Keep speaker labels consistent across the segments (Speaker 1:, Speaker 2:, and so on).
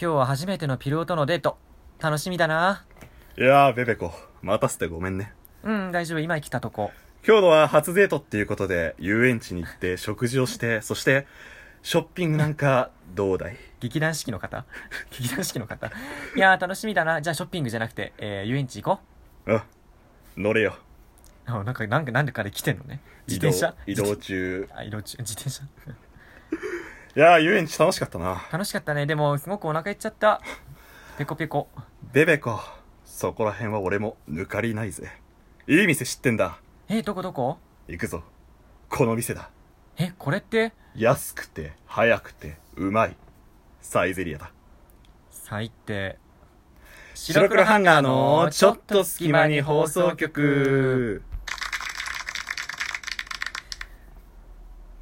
Speaker 1: 今日は初めてのピローとのデート。楽しみだな。
Speaker 2: いやー、ベベコ、待たせてごめんね。
Speaker 1: うん、大丈夫。今来たとこ。
Speaker 2: 今日のは初デートっていうことで、遊園地に行って食事をして、そして、ショッピングなんか、どうだい
Speaker 1: 劇団四季の方 劇団四季の方いやー、楽しみだな。じゃあショッピングじゃなくて、えー、遊園地行こ
Speaker 2: うん。乗れよ。
Speaker 1: う。あなんか、なんか、なんでかで来てんのね。自
Speaker 2: 移動
Speaker 1: 転車
Speaker 2: 移動中。
Speaker 1: あ、移動中。自転車。
Speaker 2: いやー、遊園地楽しかったな。
Speaker 1: 楽しかったね。でも、すごくお腹いっちゃった。ペコペコ。
Speaker 2: ベベコ、そこら辺は俺も抜かりないぜ。いい店知ってんだ。
Speaker 1: えー、どこどこ
Speaker 2: 行くぞ。この店だ。
Speaker 1: え、これって、
Speaker 2: 安くて、早くて、うまい。サイゼリアだ。
Speaker 1: 最低。
Speaker 2: 白黒ハンガーのちょっと隙間に放送。局。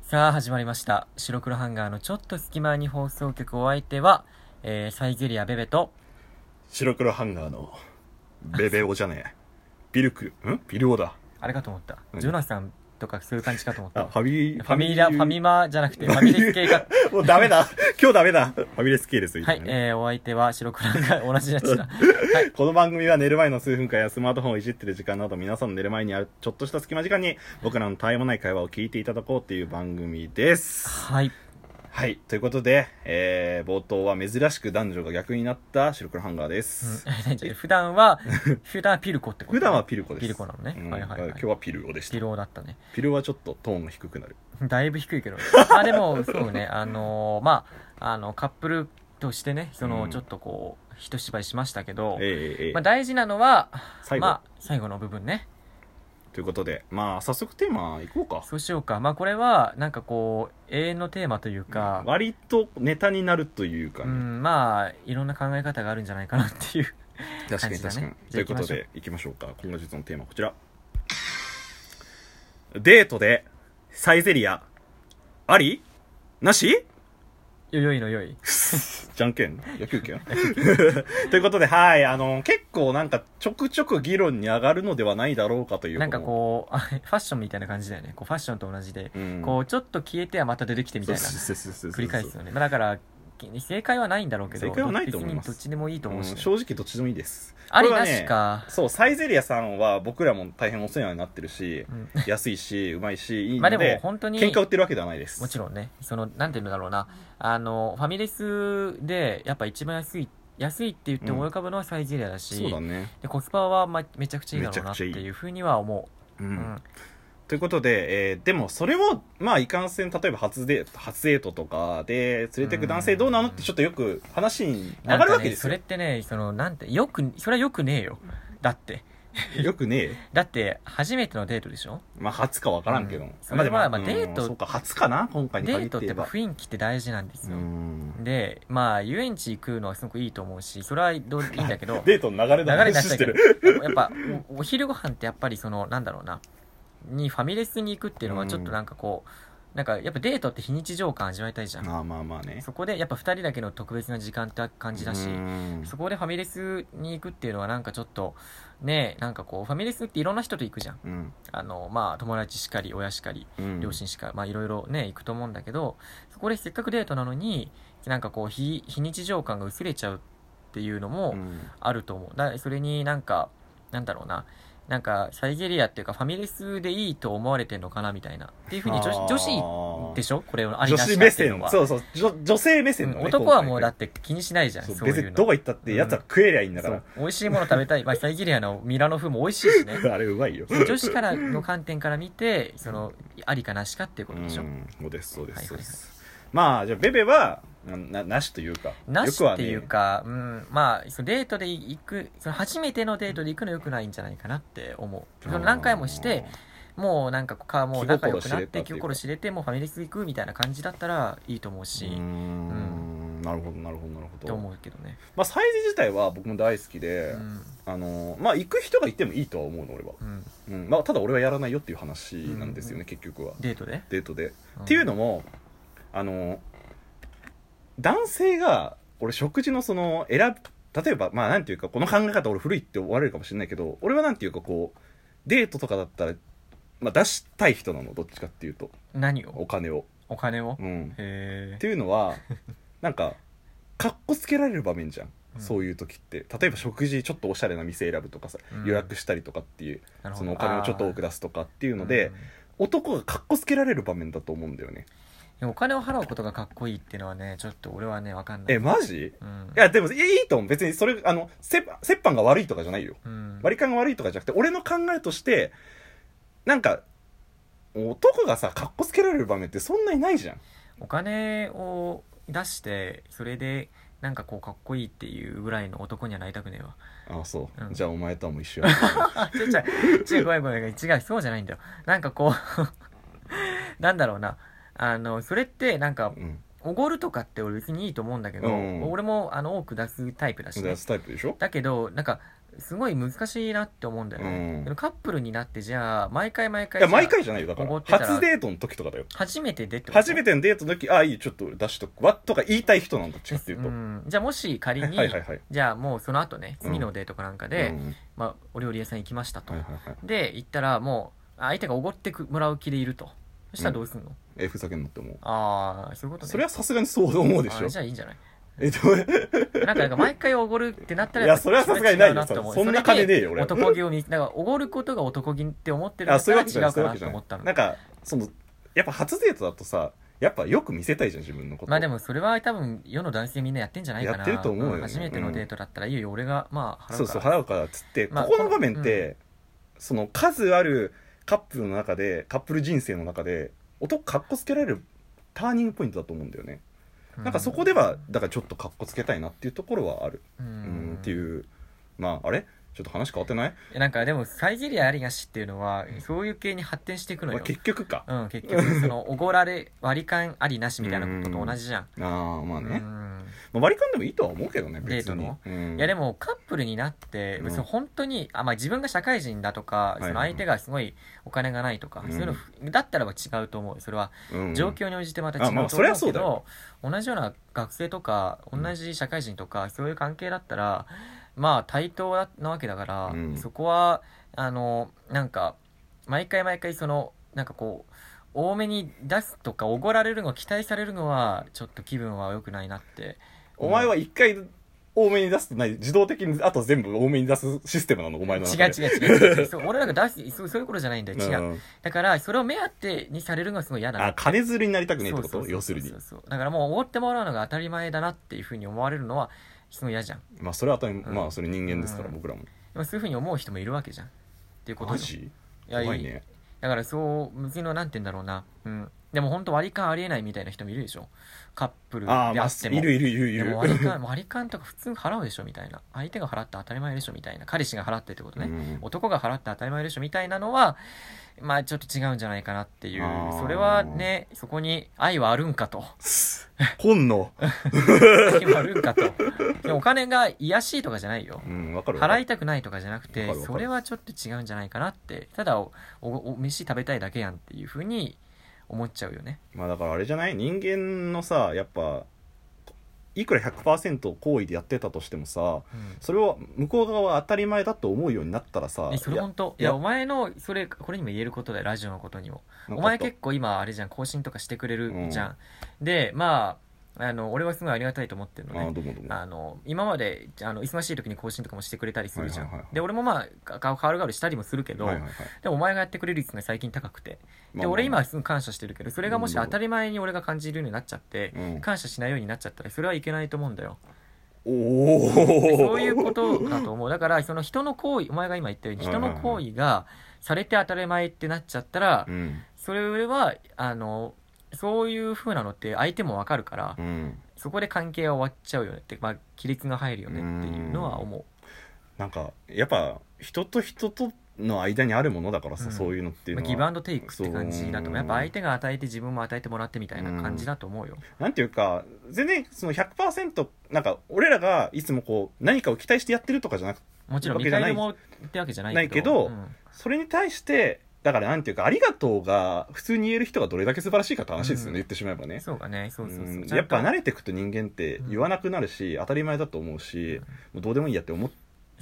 Speaker 1: さあ、始まりました。白黒ハンガーのちょっと隙間に放送局お相手は、えー、サイゼリアベベと、
Speaker 2: 白黒ハンガーのベベオじゃねえ。ピルク、んピルオだ。
Speaker 1: あれかと思った。
Speaker 2: 何
Speaker 1: ジョナサンとかそういう感じかと思っ
Speaker 2: あ、
Speaker 1: た。
Speaker 2: ファミ
Speaker 1: ファミリア、ファミマじゃなくて、ファミレス系 か。
Speaker 2: もうダメだ。今日ダメだ。ファミレス系列み
Speaker 1: は
Speaker 2: た
Speaker 1: い
Speaker 2: い、なね。
Speaker 1: えー、お相手は白黒ハンガー、同じや つだ。
Speaker 2: この番組は寝る前の数分間やスマートフォンをいじってる時間など皆さんの寝る前にあるちょっとした隙間時間に僕らの絶え間ない会話を聞いていただこうっていう番組です。
Speaker 1: はい。
Speaker 2: はい。ということで、えー、冒頭は珍しく男女が逆になった白黒ハンガーです。
Speaker 1: うん普段 は、普段はピルコってこと
Speaker 2: 普段はピルコです。
Speaker 1: ピルコなのね。
Speaker 2: うん
Speaker 1: はいはい、はい。
Speaker 2: 今日はピルオでした
Speaker 1: ピ。ローだったね。
Speaker 2: ピルオはちょっとトーンが低くなる。
Speaker 1: だいぶ低い けどね。あ、でも、そうね、あのーまあ、あの、カップルとしてね、その、
Speaker 2: うん
Speaker 1: ちょっとこう、一芝居しましたけど、
Speaker 2: ええええ
Speaker 1: まあ、大事なのは、
Speaker 2: 最後、
Speaker 1: まあ、最後の部分ね。
Speaker 2: ということで、まあ、早速テーマいこうか。
Speaker 1: そうしようか。まあ、これは、なんかこう、永遠のテーマというか、
Speaker 2: 割とネタになるというか
Speaker 1: う
Speaker 2: ね、
Speaker 1: ん、まあ、いろんな考え方があるんじゃないかなっていう。
Speaker 2: 確かに
Speaker 1: 感
Speaker 2: 確
Speaker 1: じだ
Speaker 2: かに、
Speaker 1: ね
Speaker 2: ということ
Speaker 1: じゃ
Speaker 2: でいきましょうか今月のテーマはこちらデートでサイゼリアありなし
Speaker 1: よ、よいのよい。
Speaker 2: じゃんけん野球拳 ということではいあの結構なんかちょくちょく議論に上がるのではないだろうかという
Speaker 1: なんかこう、あ ファッションみたいな感じだよね。こう、ファッションと同じで、
Speaker 2: う、うん、
Speaker 1: こう、ちょっと消えてはまた出てきてみたいな。
Speaker 2: 繰
Speaker 1: 繰り返すよね。まあ、だから、正解はないんだろうけど、
Speaker 2: 正解はないと思いま
Speaker 1: 別
Speaker 2: す
Speaker 1: にどっちでもいいと思うしね、
Speaker 2: 正直どっちでもいいです
Speaker 1: あり
Speaker 2: これ
Speaker 1: な
Speaker 2: はね
Speaker 1: しか。
Speaker 2: そうサイゼリアさんは僕らも大変お世話になってるし
Speaker 1: うん
Speaker 2: 安いしうまいしいい
Speaker 1: まあ
Speaker 2: の
Speaker 1: でも
Speaker 2: で、
Speaker 1: 本当に、
Speaker 2: 喧嘩売ってるわけではないです
Speaker 1: もちろんね、その、なんていうんだろうな、あの、ファミレスで、やっぱ一番安い、安いって言って思い浮かぶのはサイゼリアだし、
Speaker 2: そうだね、
Speaker 1: でコスパは、まあ、めちゃくちゃいいだろうな
Speaker 2: めちゃ
Speaker 1: って
Speaker 2: くちゃいい
Speaker 1: いうふうには思
Speaker 2: うん
Speaker 1: う。うん。
Speaker 2: ということで、えーでもそれをまあいかんせん例えば初デート初デートとかで連れてく男性どうなのってちょっとよく話に
Speaker 1: な
Speaker 2: 上が
Speaker 1: ん
Speaker 2: る
Speaker 1: か
Speaker 2: わ
Speaker 1: ね
Speaker 2: けです
Speaker 1: そ
Speaker 2: よ、
Speaker 1: れってね、その、なんて、よく、それはよくねえよ。だって。
Speaker 2: よくね
Speaker 1: だって、初めてのデートでしょ
Speaker 2: まあ初かわからんけど、
Speaker 1: うんそれは
Speaker 2: でも
Speaker 1: まあデート
Speaker 2: うんそうか初かな今回に
Speaker 1: デー
Speaker 2: 限って
Speaker 1: トって
Speaker 2: 言
Speaker 1: やっぱ
Speaker 2: えば
Speaker 1: 雰囲気って大事なんですよ。
Speaker 2: うん
Speaker 1: で、まあ、遊園地行くのはすごくいいと思うし、それはどういいんだけ ど、
Speaker 2: デートの流れ
Speaker 1: 流
Speaker 2: の
Speaker 1: れになっ
Speaker 2: 話
Speaker 1: ちゃう
Speaker 2: して
Speaker 1: けど
Speaker 2: る、
Speaker 1: やっぱ、おお昼ご飯ってやっぱりその、なんだろうな、にファミレスに行くっていうのはちょっとなんかこう、なんかやっぱデートって非日常感味わいたいじゃん。
Speaker 2: まあまあまあね
Speaker 1: そこでやっぱ二人だけの特別な時間って感じだし
Speaker 2: う、ん
Speaker 1: そこでファミレスに行くっていうのはなんかちょっと、ねえ、なんかこう、ファミレスっていろんな人と行くじゃん。
Speaker 2: うん
Speaker 1: あの、まあ、友達しかり、親しかり、
Speaker 2: うん
Speaker 1: 両親しか、まあいろいろね、行くと思うんだけど、そこでせっかくデートなのに、なんかこう、非、非日常感が薄れちゃうっていうのも
Speaker 2: うん
Speaker 1: あると思う。だそれになんか、なんだろうな、なんかサイゼリアっていうかファミレスでいいと思われてんのかなみたいな。っていうふうに女子、女子でしょこれをあり
Speaker 2: 女
Speaker 1: なし
Speaker 2: 子
Speaker 1: か
Speaker 2: 目
Speaker 1: っていう
Speaker 2: 線
Speaker 1: のは。
Speaker 2: そうそう女女性目
Speaker 1: う
Speaker 2: 線
Speaker 1: ん
Speaker 2: のね、
Speaker 1: 男はもうだ
Speaker 2: 今
Speaker 1: って気にしないじゃん。
Speaker 2: 回ね
Speaker 1: そ
Speaker 2: そう
Speaker 1: ういうの
Speaker 2: 別にどこ行ったってやつは食えりゃいいんだか
Speaker 1: そ
Speaker 2: ら、
Speaker 1: う美味しいもの食べたい。まあサイゼリアのミラノ風も美味しいし ね。
Speaker 2: あれうまいよ
Speaker 1: 女子からの観点から見て、その、ありかなしかっていうことでしょ。
Speaker 2: うんそうですそうで
Speaker 1: はい
Speaker 2: す
Speaker 1: はいう
Speaker 2: そ
Speaker 1: はい
Speaker 2: ですまあじゃあベベはななしというか
Speaker 1: なしっていう
Speaker 2: よ
Speaker 1: か、うん、まあ、そのデートで行く、その初めてのデートで行くの良くないんじゃないかなって思う。
Speaker 2: く
Speaker 1: そ
Speaker 2: はね
Speaker 1: の何回もして、もうなんかこう、かもう
Speaker 2: 気心
Speaker 1: 仲良くなっ
Speaker 2: 知れたってい
Speaker 1: て、
Speaker 2: うか
Speaker 1: 気心知れて、もうファミレス行くみたいな感じだったらいいと思う
Speaker 2: う
Speaker 1: し、
Speaker 2: ーんなるほどなるほどなるほ
Speaker 1: と
Speaker 2: ど、
Speaker 1: 思うけどね。
Speaker 2: まあ、サイズ自体は僕も大好きで、
Speaker 1: うん。
Speaker 2: あのまあ行く人がいてもいいとは思うの俺は、
Speaker 1: うん。
Speaker 2: うんまあ、ただ俺はやらないよっていう話なんですよね、
Speaker 1: う
Speaker 2: 結局は
Speaker 1: デートで、
Speaker 2: デートで、
Speaker 1: ん
Speaker 2: っていうのもあの男性が俺食事のその選ぶ例えばまあなんていうかこの考え方俺古いって思われるかもしれないけど俺はなんていうかこうデートとかだったら、まあ、出したい人なのどっちかっていうと
Speaker 1: 何を
Speaker 2: お金を、
Speaker 1: お金を
Speaker 2: うん、
Speaker 1: へえ。
Speaker 2: っていうのはなんかかっこつけられる場面じゃん、
Speaker 1: うん
Speaker 2: そういう時って例えば食事ちょっとおしゃれな店選ぶとかさ、
Speaker 1: うん
Speaker 2: 予約したりとかっていう
Speaker 1: なるほ
Speaker 2: そ
Speaker 1: ど
Speaker 2: のお金をちょっと多く出すとかっていうので、
Speaker 1: うん
Speaker 2: 男がかっこつけられる場面だと思うんだよね
Speaker 1: でもお金を払うことがかっこいいっていうのはねちょっと俺はねわかんない
Speaker 2: えマジ
Speaker 1: うん
Speaker 2: いやでもいやいいと思う別にそれあのせ折半が悪いとかじゃないよ
Speaker 1: うん
Speaker 2: 割り勘が悪いとかじゃなくて俺の考えとしてなんか男がさかっこつけられる場面ってそんなにないじゃん
Speaker 1: お金を出してそれでなんかこうかっこいいっていうぐらいの男にはなりたくねえわ
Speaker 2: ああそう、
Speaker 1: うん
Speaker 2: じゃあお前とはもう一緒や
Speaker 1: ちょちょちょごめんごめん違うそうじゃないんだよなんかこうなんだろうなあのそれってなんか
Speaker 2: うん
Speaker 1: おごるとかって俺別にいいと思うんだけど、
Speaker 2: うん
Speaker 1: 俺もあの多く出すタイプだし、
Speaker 2: じゃ
Speaker 1: ね
Speaker 2: あ、スタイプでしょ
Speaker 1: だけどなんかすごい難しいなって思うんだよね、
Speaker 2: うん
Speaker 1: カップルになってじゃあ毎回毎
Speaker 2: い
Speaker 1: 回
Speaker 2: や毎
Speaker 1: じゃ
Speaker 2: 回じゃないよだか
Speaker 1: おご
Speaker 2: ら
Speaker 1: ってたら
Speaker 2: 初デートの時とかだよ
Speaker 1: あ初めてでってこと
Speaker 2: 初めてのデートの時ああいいよちょっと出しとくわとか言いたい人なんだっちかっていうと、
Speaker 1: ん、じゃあもし仮に、
Speaker 2: はいはいはい
Speaker 1: じゃあもうその後ね
Speaker 2: うん
Speaker 1: 次のデートかなんかで、
Speaker 2: うん
Speaker 1: まあ、お料理屋さん行きましたと、
Speaker 2: はいはいはい
Speaker 1: で行ったらもう相手がおごってくもらう気でいるとそしたらどうすんの、
Speaker 2: えふざけんなって思う
Speaker 1: ああそういうことね
Speaker 2: それはさすがにそう思うでしょ
Speaker 1: あじゃあいいんじゃない
Speaker 2: えっと
Speaker 1: なんかなんか毎回おごるってなったら
Speaker 2: いやそれはさすがにないよ
Speaker 1: 違うって思う
Speaker 2: そんな金ねえよ
Speaker 1: それで
Speaker 2: 俺は
Speaker 1: 男気を見なんかおごることが男気って思 ってるんだ
Speaker 2: あ
Speaker 1: った
Speaker 2: そういう
Speaker 1: ら
Speaker 2: わけじゃ
Speaker 1: 違
Speaker 2: ないうそ
Speaker 1: か
Speaker 2: ういうわ
Speaker 1: な
Speaker 2: けじ
Speaker 1: と
Speaker 2: ゃな
Speaker 1: 思
Speaker 2: い
Speaker 1: ったの
Speaker 2: なんかそのやっぱ初デートだとさやっぱよく見せたいじゃん自分のこと
Speaker 1: まあでもそれは多分世の男性みんなやってんじゃないかな
Speaker 2: やってると思うよね
Speaker 1: ん初めてのデートだったらいいよ俺がまあ払うから
Speaker 2: そうそう払うからっつって、
Speaker 1: まあ
Speaker 2: ここの場面って、その数あるカップルの中でカップル人生の中で男かっこつけられるターニングポイントだと思うんだよね、
Speaker 1: う
Speaker 2: なんかそこではだからちょっとかっこつけたいなっていうところはある
Speaker 1: うん
Speaker 2: うんっていうまああれちょっと話変わってない
Speaker 1: いやなんかでもサイゼリアありがしっていうのはそういう系に発展していくの
Speaker 2: まあ
Speaker 1: よ
Speaker 2: 結局か
Speaker 1: うん、結局そのおごられ割り勘ありなしみたいなことと同じじゃん、
Speaker 2: ああまあ
Speaker 1: うん
Speaker 2: ね、まあ、割り勘でもいいとは思うけどね別に
Speaker 1: デートの
Speaker 2: うん、
Speaker 1: いやでもカップルになって、
Speaker 2: うん
Speaker 1: 別に本当にあ、まあ、自分が社会人だとか、
Speaker 2: いはい
Speaker 1: その相手がすごいお金がないとか、
Speaker 2: うん
Speaker 1: そういうのだったらば違うと思うそれは
Speaker 2: うん
Speaker 1: 状況に応じてまた違う
Speaker 2: あ
Speaker 1: と思
Speaker 2: ま
Speaker 1: う
Speaker 2: あそりゃそう
Speaker 1: け
Speaker 2: だ
Speaker 1: ど
Speaker 2: よ、
Speaker 1: 同じような学生とか
Speaker 2: うん
Speaker 1: 同じ社会人とか、そういう関係だったらまあ対等なわけだから、
Speaker 2: うん
Speaker 1: そこはあのなんか毎回毎回そのなんかこう多めに出すとかおごられるの期待されるのはちょっと気分は良くないなって
Speaker 2: お前は一回多めに出すとない自動的にあと全部多めに出すシステムなのお前の
Speaker 1: 違
Speaker 2: 中
Speaker 1: う
Speaker 2: で
Speaker 1: 違う違う違うそう俺なんか出しそうそういうことじゃないんだよ違う、
Speaker 2: ん
Speaker 1: だからそれを目当てにされるのがすごい嫌だな
Speaker 2: あ金づるになりたくないってこ
Speaker 1: そうそう
Speaker 2: と
Speaker 1: そう
Speaker 2: 要するに
Speaker 1: そうそうだからもうおごってもらうのが当たり前だなっていうふうに思われるのはすごい嫌じゃん
Speaker 2: まあそれは当たり
Speaker 1: ん
Speaker 2: まあそれ人間ですから
Speaker 1: うん
Speaker 2: 僕らも
Speaker 1: でもそういうふうに思う人もいるわけじゃんっていうことよ
Speaker 2: マジ
Speaker 1: いや
Speaker 2: 怖いね
Speaker 1: だからそう別のなんて言うんだろうなうんでも本当割り勘ありえないみたいな人もいるでしょカップルで
Speaker 2: あ
Speaker 1: あ
Speaker 2: あま
Speaker 1: って
Speaker 2: あ
Speaker 1: も
Speaker 2: いるいるいるい
Speaker 1: で
Speaker 2: る
Speaker 1: も割り勘割り勘とか普通払うでしょみたいな相手が払って当たり前でしょみたいな彼氏が払ってってことね、
Speaker 2: うん
Speaker 1: 男が払って当たり前でしょみたいなのはまあちょっと違うんじゃないかなっていう
Speaker 2: あー
Speaker 1: それはねそこに愛はあるんか と
Speaker 2: 本能
Speaker 1: 愛はあるんかとでもお金が癒しいとかじゃないよ
Speaker 2: うんわかるわか
Speaker 1: 払い
Speaker 2: る
Speaker 1: たくないとかじゃなく
Speaker 2: わ
Speaker 1: て
Speaker 2: かるわか
Speaker 1: そ
Speaker 2: る
Speaker 1: れはちょっと違うんじゃないかなってただおおお飯食べたいだけやんっていうふうに思っちゃうよね
Speaker 2: まあだからあれじゃない人間のさやっぱいくら100%行為でやってたとしてもさ
Speaker 1: うん
Speaker 2: それを向こう側は当たり前だと思うようになったらさ
Speaker 1: ねそ
Speaker 2: い
Speaker 1: れ
Speaker 2: や
Speaker 1: 本当い
Speaker 2: いや
Speaker 1: やお前のそれこれにも言えることだよラジオのことにも
Speaker 2: なん
Speaker 1: お
Speaker 2: か
Speaker 1: 前
Speaker 2: ちょっ
Speaker 1: 結構今あれじゃん更新とかしてくれるじゃん、でまああの俺はすごいありがたいと思ってるの
Speaker 2: とああ
Speaker 1: ね
Speaker 2: どうもどうも
Speaker 1: あの今まであの忙しい時に更新とかもしてくれたりするじゃん、
Speaker 2: はいはいはいはい
Speaker 1: で俺もまあ顔変わる変わるしたりもするけど、
Speaker 2: はいはいはい
Speaker 1: でもお前がやってくれる率が最近高くて
Speaker 2: ま
Speaker 1: で
Speaker 2: あ
Speaker 1: 俺今すごい感謝してるけどそれがもし
Speaker 2: うん
Speaker 1: 当たり前に俺が感じるようになっちゃって、
Speaker 2: うん
Speaker 1: 感謝しないようになっちゃったらそれはいけないと思うんだよ
Speaker 2: お
Speaker 1: で
Speaker 2: お
Speaker 1: そういうことだと思うだからその人の行為お前が今言ったように人の行為がされて当たり前ってなっちゃったら、
Speaker 2: うん
Speaker 1: それはあのそういう風なのって相手もわかるから、
Speaker 2: うん
Speaker 1: そこで関係は終わっちゃうよねって、まあ、亀裂が入るよねっていうのは思う
Speaker 2: なんかやっぱ人と人との間にあるものだからさ、
Speaker 1: うん
Speaker 2: そういうのっていう
Speaker 1: まあ、
Speaker 2: の
Speaker 1: ギ
Speaker 2: は、
Speaker 1: ブアンドテイクって感じだと思う
Speaker 2: そう
Speaker 1: やっぱ相手が与えて自分も与えてもらってみたいな感じだと思うよ、
Speaker 2: なんていうか全然その100%なんか俺らがいつもこう何かを期待してやってるとかじゃなく
Speaker 1: もちろん
Speaker 2: わけ
Speaker 1: 見
Speaker 2: じゃな
Speaker 1: 返
Speaker 2: い
Speaker 1: りもってわけじゃない
Speaker 2: ないけ
Speaker 1: う
Speaker 2: ど
Speaker 1: ん
Speaker 2: それに対してだからなんていうかありがとうが普通に言える人がどれだけ素晴らしいかって話ですよね、
Speaker 1: うん
Speaker 2: 言ってしまえばね
Speaker 1: そうかねそうそうそう、
Speaker 2: う
Speaker 1: ち
Speaker 2: ん
Speaker 1: ゃんと
Speaker 2: やっぱ慣れてくと人間って言わなくなるし、当たり前だと思うし、
Speaker 1: うん
Speaker 2: もうどうでもいいやって思っ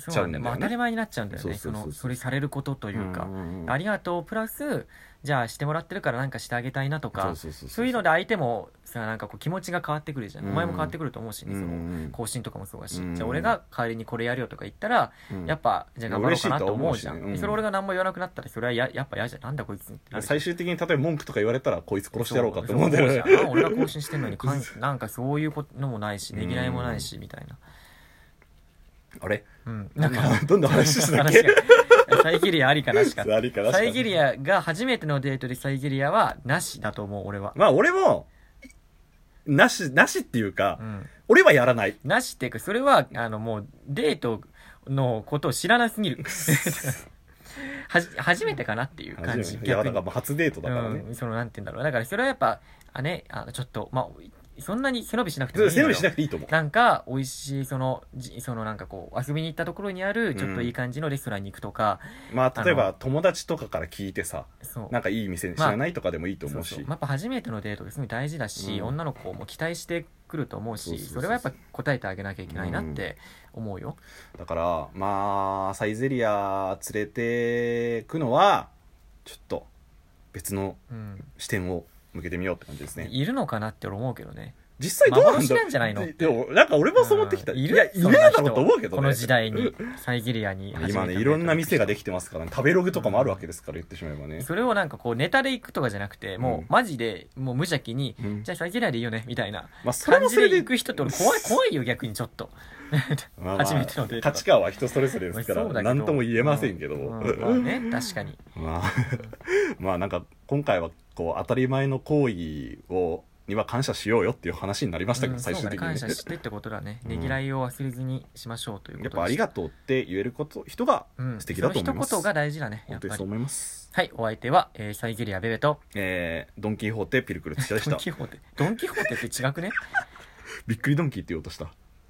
Speaker 1: そ
Speaker 2: ちゃう
Speaker 1: うん
Speaker 2: だ
Speaker 1: な
Speaker 2: よ
Speaker 1: んだよ当た
Speaker 2: ね
Speaker 1: り前になっちゃうんだよね
Speaker 2: そ
Speaker 1: そう
Speaker 2: そうそう
Speaker 1: の
Speaker 2: そう
Speaker 1: それされることと
Speaker 2: と
Speaker 1: いうか、
Speaker 2: ん
Speaker 1: ありがとうプラスじゃあしてもらってるからなんかしてあげたいなとかそう
Speaker 2: そうそう
Speaker 1: いうので相手もさなんかこう気持ちが変わってくるじゃん、
Speaker 2: うん
Speaker 1: お前も変わってくると思うしね、
Speaker 2: うんう
Speaker 1: そ
Speaker 2: ん
Speaker 1: の
Speaker 2: うん
Speaker 1: 更新とかもそうだし、
Speaker 2: うん
Speaker 1: じゃあ俺が代わりにこれやるよとか言ったら、
Speaker 2: うん
Speaker 1: やっぱじゃあ頑張ろうかなと思うじゃん、
Speaker 2: 嬉しいと思うしねうん
Speaker 1: それ俺が何も言わなくなったらそれはややっぱ嫌じゃんなんだこいつってなるじゃん
Speaker 2: 最終的に例えば文句とか言われたらこいつ殺してやろうかって思うんだ
Speaker 1: そう
Speaker 2: よ
Speaker 1: そうそうじゃ
Speaker 2: ね
Speaker 1: ん俺が更新してんのにかん なんかそういうことのもないしねぎらいもないしみたいな
Speaker 2: あれ
Speaker 1: うんな
Speaker 2: な
Speaker 1: んん
Speaker 2: か
Speaker 1: か
Speaker 2: どんどん話してたっ
Speaker 1: 話
Speaker 2: け
Speaker 1: がサイギリアありかなしか
Speaker 2: ありかなしか
Speaker 1: サイギリアが初めてのデートでサイギリアはなしだと思う俺は、
Speaker 2: まあ俺もなしなしっていうか、
Speaker 1: うん、
Speaker 2: 俺はやらない
Speaker 1: なしっていうかそれはあのもうデートのことを知らなすぎる はじ初めてかなっていう感じ
Speaker 2: いやだから
Speaker 1: 逆に
Speaker 2: まあ初デートだからね、
Speaker 1: うん、そのなんて言うんだろうだからそれはやっぱあねあのちょっとまあそんなに背伸びしなくてもいいの
Speaker 2: 背伸
Speaker 1: よ
Speaker 2: びしなくていいと思う
Speaker 1: なんか美味しいそのじそのなんかこう遊びに行ったところにあるちょっといい感じのレストランに行くとか、
Speaker 2: まあ例え
Speaker 1: あ
Speaker 2: ば友達とかから聞いてさ
Speaker 1: そう
Speaker 2: なんかいい店知らないとかでもいいと思うし、
Speaker 1: そうそうやっぱ初めてのデートがすごい大事だし、
Speaker 2: うん
Speaker 1: 女の子も期待してくると思うし
Speaker 2: そ
Speaker 1: そう
Speaker 2: そうそうそう
Speaker 1: れはやっぱ答えてあげなきゃいけないなって思うよ、
Speaker 2: だからまあサイゼリア連れてくのはちょっと別の
Speaker 1: うん
Speaker 2: 視点を向けてみようって感じですね
Speaker 1: いるのかなって俺思うけどね
Speaker 2: 実際どうなんだ
Speaker 1: 幻なんじゃないの
Speaker 2: ででもなんか俺もそう思ってきた、
Speaker 1: うん
Speaker 2: いやいねえ
Speaker 1: そんな
Speaker 2: だ
Speaker 1: 人
Speaker 2: ろうと思うけど
Speaker 1: こ
Speaker 2: ね
Speaker 1: の時代 にサイゼリアに初めての
Speaker 2: 今
Speaker 1: デート
Speaker 2: ね
Speaker 1: に
Speaker 2: いろんな店がで
Speaker 1: き
Speaker 2: きてますから、ね、食べログとかもあるわけですから言ってしまえばね
Speaker 1: それをなんかこうネタで行くとかじゃなくてもう、
Speaker 2: うん
Speaker 1: マジでもう無邪気に、
Speaker 2: うん
Speaker 1: じゃあサイゼリアでいいよねみたいな
Speaker 2: まあそれ
Speaker 1: 感
Speaker 2: も
Speaker 1: じ
Speaker 2: それ
Speaker 1: で
Speaker 2: で
Speaker 1: 行く人って俺怖い怖いよ逆にちょっと
Speaker 2: まあまあ
Speaker 1: 初めてのデート
Speaker 2: 価値観は人それぞれですか ら
Speaker 1: そうだけど
Speaker 2: 何とも言えませんけど、
Speaker 1: ううんまあ ね確かに
Speaker 2: まあ まあなんか今回はこう当たり前の行為をには感謝しようよっていう話になりましたけど、
Speaker 1: うん
Speaker 2: 最終
Speaker 1: そう
Speaker 2: 的に
Speaker 1: だ
Speaker 2: ね
Speaker 1: ね感謝してってことだね
Speaker 2: うん
Speaker 1: ねぎらいを忘れずにしましょうというこ
Speaker 2: や
Speaker 1: と
Speaker 2: っぱありがとうって言えること人が
Speaker 1: うん
Speaker 2: 素敵だと思います、
Speaker 1: その一言が大事だねや
Speaker 2: 本
Speaker 1: っ
Speaker 2: 当に
Speaker 1: ぱ
Speaker 2: そう
Speaker 1: り
Speaker 2: 思い ます
Speaker 1: はいお相手は、えーサイゼリアベベと
Speaker 2: えー、ドン・キホーテピルクル土屋でし
Speaker 1: ドン・
Speaker 2: た
Speaker 1: キホーテドン・キホーテって違くね
Speaker 2: びっくりドンキーって言おうとした